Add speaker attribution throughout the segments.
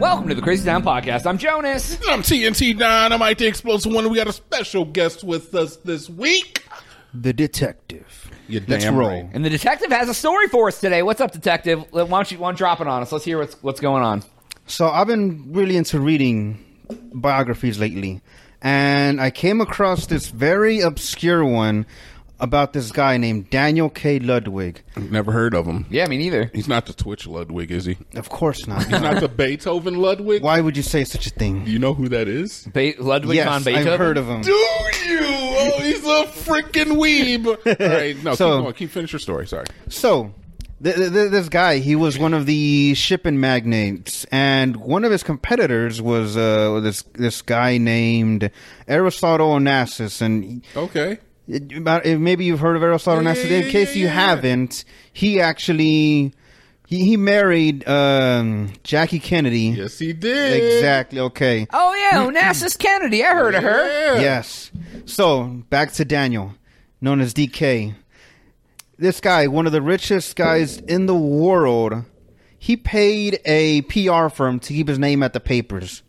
Speaker 1: welcome to the Crazy Town Podcast. I'm Jonas.
Speaker 2: I'm TNT Don. I'm IT Explosive One. We got a special guest with us this week.
Speaker 3: The detective.
Speaker 2: Your next
Speaker 3: Damn
Speaker 2: roll.
Speaker 3: right.
Speaker 1: And the detective has a story for us today. What's up, detective? Why don't you why don't you drop it on us? Let's hear what's what's going on.
Speaker 3: So I've been really into reading biographies lately, and I came across this very obscure one about this guy named Daniel K. Ludwig.
Speaker 2: Never heard of him.
Speaker 1: Yeah, me neither.
Speaker 2: He's not the Twitch Ludwig, is he?
Speaker 3: Of course
Speaker 2: He's
Speaker 3: not.
Speaker 2: not the Beethoven Ludwig.
Speaker 3: Why would you say such a thing?
Speaker 2: You know who that is?
Speaker 1: Be- Ludwig
Speaker 3: Yes,
Speaker 1: van Beethoven.
Speaker 3: I've heard of him.
Speaker 2: Do you? Oh, he's a freaking weeb. All right, no,
Speaker 3: So-
Speaker 2: keep going. Keep finish your story. Sorry.
Speaker 3: So, th- th- th- this guy, he was one of the shipping magnates, and one of his competitors was uh, this this guy named Aristotle Onassis, and he-
Speaker 2: Okay.
Speaker 3: It- about- it- maybe you've heard of Aristotle
Speaker 2: Yeah,
Speaker 3: yeah,
Speaker 2: yeah, yeah,
Speaker 3: in case
Speaker 2: yeah,
Speaker 3: you
Speaker 2: yeah.
Speaker 3: haven't, he actually he, he married um, Jackie Kennedy.
Speaker 2: Yes, he did.
Speaker 3: Exactly. Okay.
Speaker 1: Oh yeah, Onassis Kennedy. I heard of her.
Speaker 2: Yeah.
Speaker 3: Yes. So back to Daniel, known as DK. This guy, one of the richest guys in the world, he paid a PR firm to keep his name at the papers.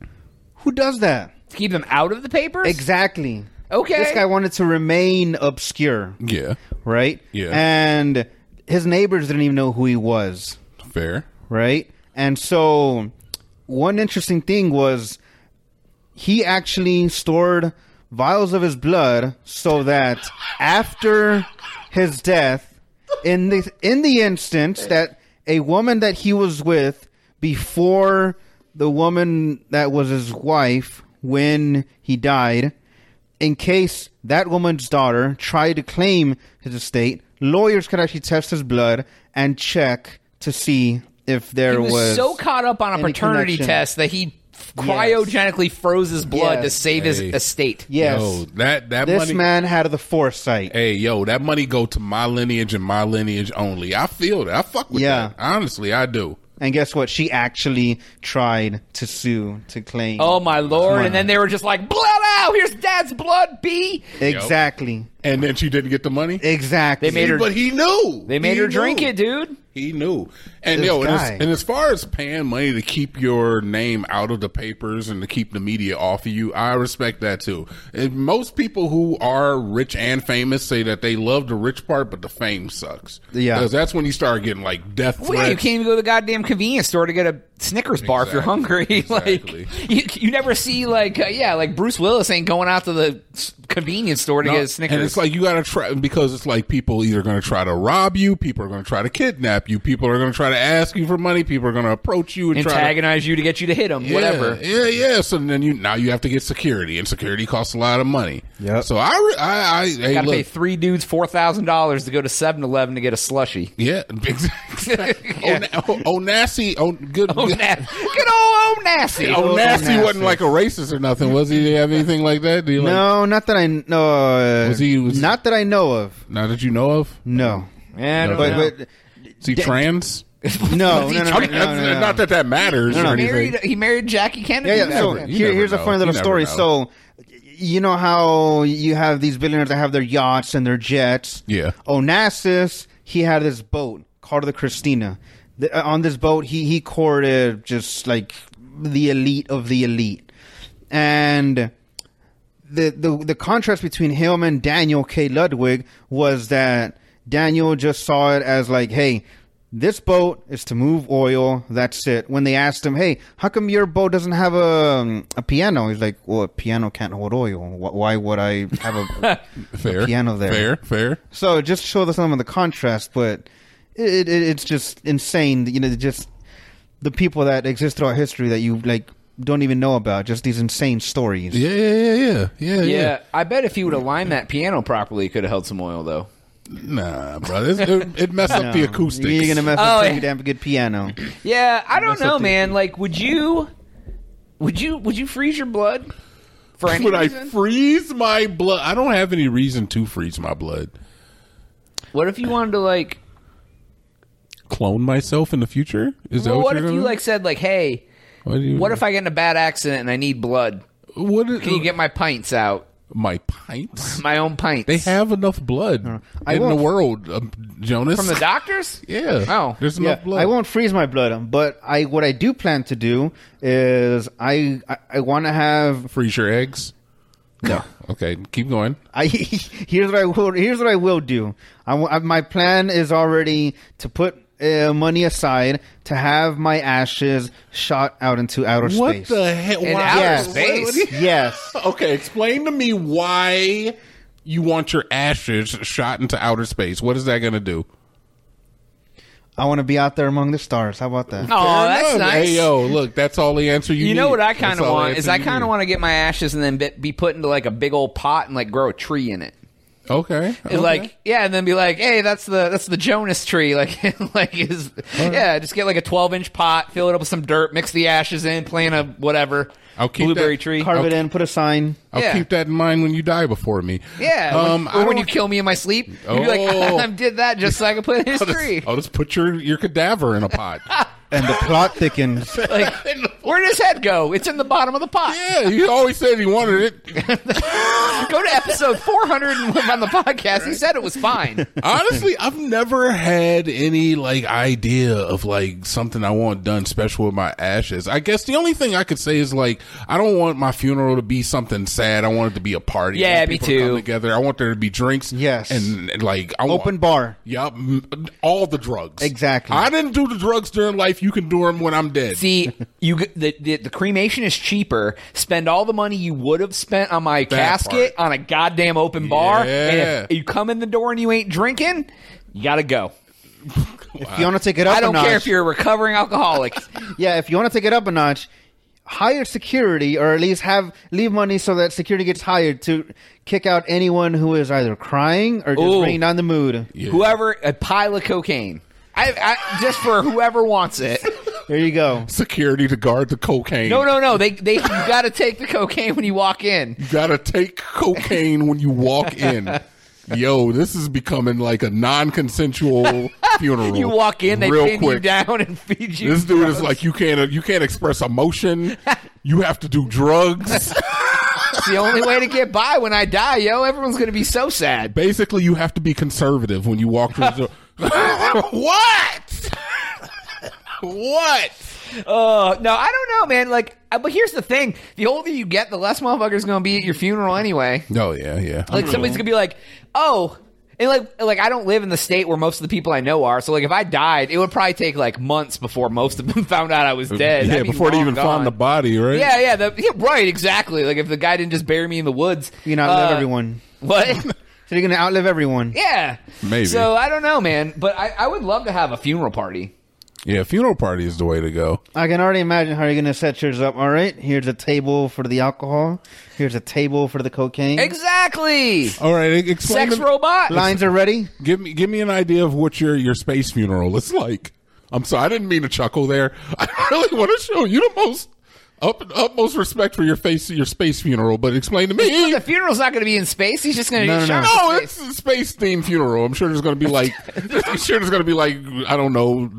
Speaker 3: Who does that?
Speaker 1: To keep them out of the papers.
Speaker 3: Exactly.
Speaker 1: Okay.
Speaker 3: This guy wanted to remain obscure.
Speaker 2: Yeah.
Speaker 3: right?
Speaker 2: Yeah.
Speaker 3: And his neighbors didn't even know who he was,
Speaker 2: Fair.
Speaker 3: right? And so, one interesting thing was he actually stored vials of his blood so that after his death, in the in the instance that a woman that he was with before the woman that was his wife when he died, in case that woman's daughter tried to claim his estate, lawyers could actually test his blood and check to see if there
Speaker 1: he was, so caught up on a
Speaker 3: any
Speaker 1: paternity
Speaker 3: connection.
Speaker 1: test that he cryogenically froze his blood
Speaker 3: Yes.
Speaker 1: to save his
Speaker 2: Hey.
Speaker 1: estate.
Speaker 3: yes.
Speaker 2: Yo, that that
Speaker 3: this
Speaker 2: money.
Speaker 3: man had the foresight.
Speaker 2: Hey, yo, that money go to my lineage and my lineage only. I feel that. I fuck with
Speaker 3: Yeah.
Speaker 2: that. Honestly, I do.
Speaker 3: And guess what? She actually tried to sue to claim.
Speaker 1: Oh my lord! And then they were just like, "Blood out! Here's Dad's blood, B."
Speaker 3: exactly,
Speaker 2: And then she didn't get the money.
Speaker 3: exactly.
Speaker 1: They made her-
Speaker 2: But he knew.
Speaker 1: They made
Speaker 2: He
Speaker 1: her drink
Speaker 2: knew.
Speaker 1: it, dude.
Speaker 2: He knew. And
Speaker 3: This
Speaker 2: yo, and as,
Speaker 3: guy.
Speaker 2: and as far as paying money to keep your name out of the papers and to keep the media off of you, I respect that too. And most people who are rich and famous say that they love the rich part, but the fame sucks.
Speaker 3: Yeah.
Speaker 2: because that's when you start getting like death
Speaker 1: Well, yeah, you
Speaker 2: threats.
Speaker 1: can't even go to the goddamn convenience store to get a Snickers bar if you're hungry.
Speaker 2: Exactly.
Speaker 1: like you, you never see like uh, yeah, like Bruce Willis ain't going out to the s- convenience store to
Speaker 2: No,
Speaker 1: get a Snickers.
Speaker 2: And it's like you gotta try because it's like people either gonna try to rob you, people are gonna try to kidnap you, people are gonna try to ask you for money, people are gonna approach you and try to
Speaker 1: antagonize you to get you to hit him, whatever.
Speaker 2: Yeah, yeah. So then you now you have to get security, and security costs a lot of money.
Speaker 3: Yep.
Speaker 2: So I, re- I, I hey,
Speaker 1: Got to
Speaker 2: look,
Speaker 1: pay three dudes four thousand dollars to go to 7-Eleven to get a slushie.
Speaker 2: yeah, exactly. Oh, Onassi, oh, good.
Speaker 1: Oh, na- good old old nasty.
Speaker 3: Oh,
Speaker 2: Onassi wasn't
Speaker 3: Onassi.
Speaker 2: like a racist or nothing, was he? Did he have anything like that? Do you like,
Speaker 3: no, not that I know.
Speaker 2: Was he- was-
Speaker 3: not that I know of.
Speaker 2: Not that you know of.
Speaker 3: No,
Speaker 1: Yeah, I don't
Speaker 3: but,
Speaker 1: know.
Speaker 3: but
Speaker 2: Is he trans?
Speaker 3: no, no, no, no,
Speaker 2: I
Speaker 3: no,
Speaker 2: mean,
Speaker 3: no, no, no.
Speaker 2: Not that that matters or
Speaker 1: he,
Speaker 2: anything.
Speaker 1: married, he married Jackie Kennedy.
Speaker 3: Yeah, yeah.
Speaker 1: back
Speaker 3: So
Speaker 1: then.
Speaker 2: You
Speaker 3: here,
Speaker 2: never
Speaker 3: here's
Speaker 2: know.
Speaker 3: a funny little
Speaker 2: You never
Speaker 3: story.
Speaker 2: know.
Speaker 3: So y- you know how you have these billionaires that have their yachts and their jets.
Speaker 2: Yeah.
Speaker 3: Onassis, he had this boat called the Christina. The, uh, on this boat, he he courted just like the elite of the elite, and the, the the contrast between him and Daniel K. Ludwig was that Daniel just saw it as like, hey, this boat is to move oil. That's it. When they asked him, hey, how come your boat doesn't have a um, a piano? He's like, well, a piano can't hold oil. Wh- Why would I have a
Speaker 2: fair
Speaker 3: piano there.
Speaker 2: Fair, fair.
Speaker 3: so? Just show the some of the contrast, but it, it it's just insane. that, You know, just the people that exist throughout history that you like don't even know about. Just these insane stories.
Speaker 2: Yeah, yeah, yeah, yeah, yeah.
Speaker 1: yeah.
Speaker 2: yeah.
Speaker 1: I bet if he would have lined that piano properly, he could have held some oil though.
Speaker 2: Nah, bro, it's- it, it messed up the
Speaker 3: No.
Speaker 2: acoustics.
Speaker 3: Um, You're gonna mess
Speaker 1: Oh,
Speaker 3: up
Speaker 1: yeah.
Speaker 3: pretty damn good piano.
Speaker 1: Yeah, I don't
Speaker 3: That's what
Speaker 1: know,
Speaker 3: they
Speaker 1: man. Like, would you, would you, would you freeze your blood for any
Speaker 2: Would I
Speaker 1: reason?
Speaker 2: freeze my blood? I don't have any reason to freeze my blood.
Speaker 1: what if you wanted to like?
Speaker 2: Clone myself in the future? Is that
Speaker 1: Well,
Speaker 2: what,
Speaker 1: what
Speaker 2: you're
Speaker 1: if
Speaker 2: gonna
Speaker 1: you
Speaker 2: do?
Speaker 1: like said like, hey,
Speaker 2: What, do you,
Speaker 1: what if I get in a bad accident and I need blood?
Speaker 2: What? uh,
Speaker 1: Can you get my pints out?
Speaker 2: my pints.
Speaker 1: My own pints.
Speaker 2: They have enough blood
Speaker 3: I
Speaker 2: in the
Speaker 3: won't-
Speaker 2: world, um, Jonas.
Speaker 1: from the doctors.
Speaker 2: yeah.
Speaker 1: Oh.
Speaker 2: There's
Speaker 3: Yeah,
Speaker 2: enough blood.
Speaker 3: I won't freeze my blood, but I what I do plan to do is I I, I want to have
Speaker 2: Freeze your eggs.
Speaker 3: no.
Speaker 2: Okay, keep going.
Speaker 3: I here's what I will here's what I will do. I, wa- I- my plan is already to put uh, money aside to have my ashes shot out into outer
Speaker 2: What
Speaker 3: space.
Speaker 2: the hell?
Speaker 1: In
Speaker 2: Why-
Speaker 1: outer
Speaker 2: what- what-
Speaker 1: space?
Speaker 2: what do you-
Speaker 3: Yes.
Speaker 2: Okay, explain to me why you want your ashes shot into outer space. What is that going to do?
Speaker 3: I want to be out there among the stars. How about that?
Speaker 1: Oh,
Speaker 2: Fair
Speaker 1: that's
Speaker 2: enough.
Speaker 1: nice.
Speaker 2: Hey, yo, look, that's all the answer you,
Speaker 1: You know
Speaker 2: need.
Speaker 1: what I
Speaker 2: That's
Speaker 1: kind of
Speaker 2: all the
Speaker 1: want
Speaker 2: answer
Speaker 1: is I
Speaker 2: you
Speaker 1: kind
Speaker 2: need.
Speaker 1: of want to get my ashes and then be, be put into like a big old pot and like grow a tree in it.
Speaker 2: Okay,
Speaker 1: And,
Speaker 2: okay.
Speaker 1: Like yeah, and then be like, hey, that's the that's the Jonas tree. Like like is yeah, just get like a twelve inch pot, fill it up with some dirt, mix the ashes in, plant a whatever
Speaker 2: I'll keep
Speaker 1: blueberry
Speaker 2: that
Speaker 1: tree.
Speaker 3: Carve it in, put a sign.
Speaker 2: I'll
Speaker 1: yeah.
Speaker 2: keep that in mind when you die before me.
Speaker 1: yeah,
Speaker 2: Um,
Speaker 1: when-
Speaker 2: I
Speaker 1: or when you
Speaker 2: don't-
Speaker 1: kill me in my sleep, you'd be like,
Speaker 2: Oh.
Speaker 1: I did that just so I could put in his
Speaker 2: I'll
Speaker 1: tree.
Speaker 2: just, I'll just put your your cadaver in a pot.
Speaker 3: And the plot thickens.
Speaker 1: Like, where did his head go? It's in the bottom of the pot.
Speaker 2: yeah, he always said he wanted it.
Speaker 1: Go to episode 400 and- on the podcast. He said it was fine.
Speaker 2: Honestly, I've never had any like idea of like something I want done special with my ashes. I guess the only thing I could say is like I don't want my funeral to be something sad. I want it to be a party. I
Speaker 1: Yeah,
Speaker 2: want
Speaker 1: me
Speaker 2: people to come
Speaker 1: too.
Speaker 2: together. I want there to be drinks.
Speaker 3: Yes.
Speaker 2: and like I
Speaker 3: Open
Speaker 2: Want,
Speaker 3: bar.
Speaker 2: Yup, m- all the drugs.
Speaker 3: Exactly.
Speaker 2: I didn't do the drugs during life. You can do them when I'm dead.
Speaker 1: See, you g- the, the the cremation is cheaper. Spend all the money you would have spent on my casket on a goddamn open bar.
Speaker 2: Yeah.
Speaker 1: And if you come in the door and you ain't drinking, you gotta go.
Speaker 3: If you want to take it up
Speaker 1: I don't
Speaker 3: a notch,
Speaker 1: care if you're a recovering alcoholic.
Speaker 3: Yeah, if you want to take it up a notch, hire security or at least have leave money so that security gets hired to kick out anyone who is either crying or just
Speaker 1: Ooh.
Speaker 3: bringing down the mood.
Speaker 1: Whoever a pile of cocaine. I, I just for whoever wants it.
Speaker 3: There you go.
Speaker 2: Security to guard the cocaine.
Speaker 1: No, no, no. They they you gotta take the cocaine when you walk in.
Speaker 2: You gotta take cocaine when you walk in. Yo, this is becoming like a non-consensual funeral.
Speaker 1: You walk in, they
Speaker 2: Oh, real
Speaker 1: pin
Speaker 2: quick.
Speaker 1: you down and feed you.
Speaker 2: This dude is like you can't you can't express emotion. You have to do drugs.
Speaker 1: It's the only way to get by when I die, yo. Everyone's gonna be so sad.
Speaker 2: Basically, you have to be conservative when you walk through the door. what? what?
Speaker 1: Uh, no, I don't know, man. Like, I- but here's the thing: the older you get, the less motherfuckers gonna be at your funeral anyway.
Speaker 2: Oh yeah, yeah.
Speaker 1: Like, somebody's gonna be like, "Oh." And like, like I don't live in the state where most of the people I know are. So like, if I died, it would probably take like months before most of them found out I was dead.
Speaker 2: yeah,
Speaker 1: I'd be
Speaker 2: before they
Speaker 1: long
Speaker 2: even
Speaker 1: gone.
Speaker 2: find the body, right?
Speaker 1: Yeah, yeah, the, yeah, right, exactly. Like if the guy didn't just bury me in the woods,
Speaker 3: You're gonna outlive
Speaker 1: Uh,
Speaker 3: everyone.
Speaker 1: What?
Speaker 3: So you're gonna outlive everyone.
Speaker 1: yeah,
Speaker 2: Maybe.
Speaker 1: So I don't know, man. But I, I would love to have a funeral party.
Speaker 2: Yeah, funeral party is the way to go.
Speaker 3: I can already imagine how you're gonna set yours up. All right, here's a table for the alcohol. Here's a table for the cocaine.
Speaker 1: Exactly.
Speaker 2: All right, e- explain
Speaker 1: Sex
Speaker 2: to-
Speaker 1: robot.
Speaker 3: Lines are ready.
Speaker 1: Uh.
Speaker 2: Give me give me an idea of what your your space funeral is like. I'm sorry, I didn't mean to chuckle there. I really want to show you the most up, utmost respect for your face your space funeral, but explain to me.
Speaker 1: the funeral's not going to be in space. He's just going to
Speaker 3: No,
Speaker 1: get shot.
Speaker 3: no, no.
Speaker 1: in
Speaker 2: No,
Speaker 1: the
Speaker 2: it's
Speaker 1: face.
Speaker 2: a space themed funeral. I'm sure there's going to be like, I'm sure there's going to be like, I don't know,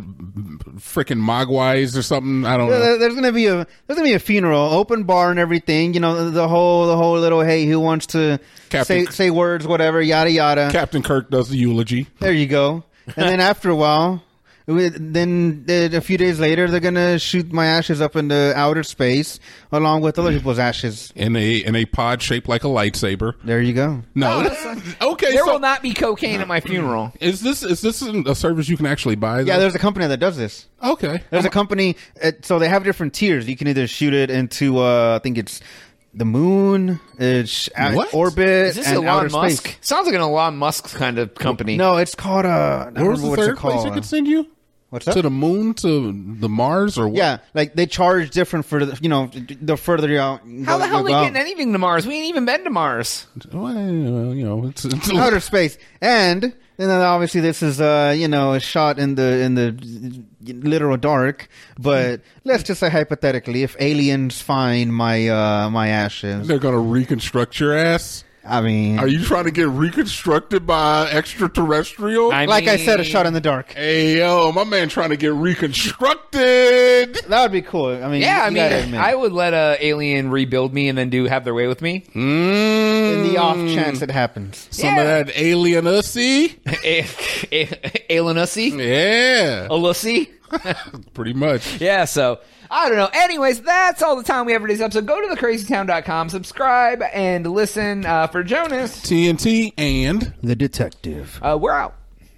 Speaker 2: freaking mogwais or something. I don't
Speaker 3: There-
Speaker 2: know.
Speaker 3: there- There's gonna be a there's gonna be a funeral, open bar and everything. You know the whole the whole little hey, who wants to
Speaker 2: Captain-
Speaker 3: say say words, whatever, yada yada.
Speaker 2: Captain Kirk does the eulogy.
Speaker 3: There you go. And then after a while, we- then uh, a few days later, they're gonna shoot my ashes up into outer space along with other people's ashes.
Speaker 2: In a in a pod shaped like a lightsaber.
Speaker 3: There you go.
Speaker 2: No, okay.
Speaker 1: There
Speaker 2: so
Speaker 1: will not be cocaine at my funeral.
Speaker 2: is this is this a service you can actually buy?
Speaker 3: Yeah,
Speaker 2: though?
Speaker 3: there's a company that does this.
Speaker 2: okay.
Speaker 3: There's a company, uh, so they have different tiers. You can either shoot it into, uh, I think it's the moon, it's out-
Speaker 2: What?
Speaker 3: orbit,
Speaker 1: Is this
Speaker 3: and outer
Speaker 1: Elon Musk?
Speaker 3: space.
Speaker 1: Sounds like an Elon Musk kind of company.
Speaker 3: No, it's called. Uh, I don't
Speaker 2: Where was
Speaker 3: remember
Speaker 2: the
Speaker 3: what's
Speaker 2: third
Speaker 3: it
Speaker 2: place I
Speaker 3: called.
Speaker 2: could send you?
Speaker 3: What's that?
Speaker 2: To the moon, to the Mars, or what?
Speaker 3: yeah, like they charge different for the, you know the further you out.
Speaker 1: How the
Speaker 3: you
Speaker 1: hell are they
Speaker 3: go out.
Speaker 1: getting anything to Mars? We ain't even been to Mars.
Speaker 2: Well, you know, it's, it's a
Speaker 3: outer space, and and then obviously this is uh you know a shot in the in the literal dark. But let's just say hypothetically, if aliens find my uh my ashes,
Speaker 2: They're gonna reconstruct your ass.
Speaker 3: I mean,
Speaker 2: Are you trying to get reconstructed by extraterrestrial?
Speaker 1: I
Speaker 3: like I said, a
Speaker 1: mean-
Speaker 3: shot in the dark.
Speaker 2: hey yo, my man trying to get reconstructed.
Speaker 3: That would be cool. I mean,
Speaker 1: Yeah,
Speaker 3: you
Speaker 1: I
Speaker 3: gotta
Speaker 1: mean,
Speaker 3: admit.
Speaker 1: I would let a alien rebuild me and then do have their way with me.
Speaker 3: Hmm? in the off
Speaker 2: Mm.
Speaker 3: chance it happens.
Speaker 2: Some
Speaker 1: Yeah.
Speaker 2: of that alien ussy.
Speaker 1: A- a- Alienussy,
Speaker 2: Yeah.
Speaker 1: Alussy.
Speaker 2: Pretty much.
Speaker 1: Yeah, so I don't know. Anyways, that's all the time we have for today's episode. Go to thecrazytown.com, subscribe, and listen uh, for Jonas.
Speaker 2: TNT and
Speaker 3: The detective.
Speaker 1: Uh, we're out.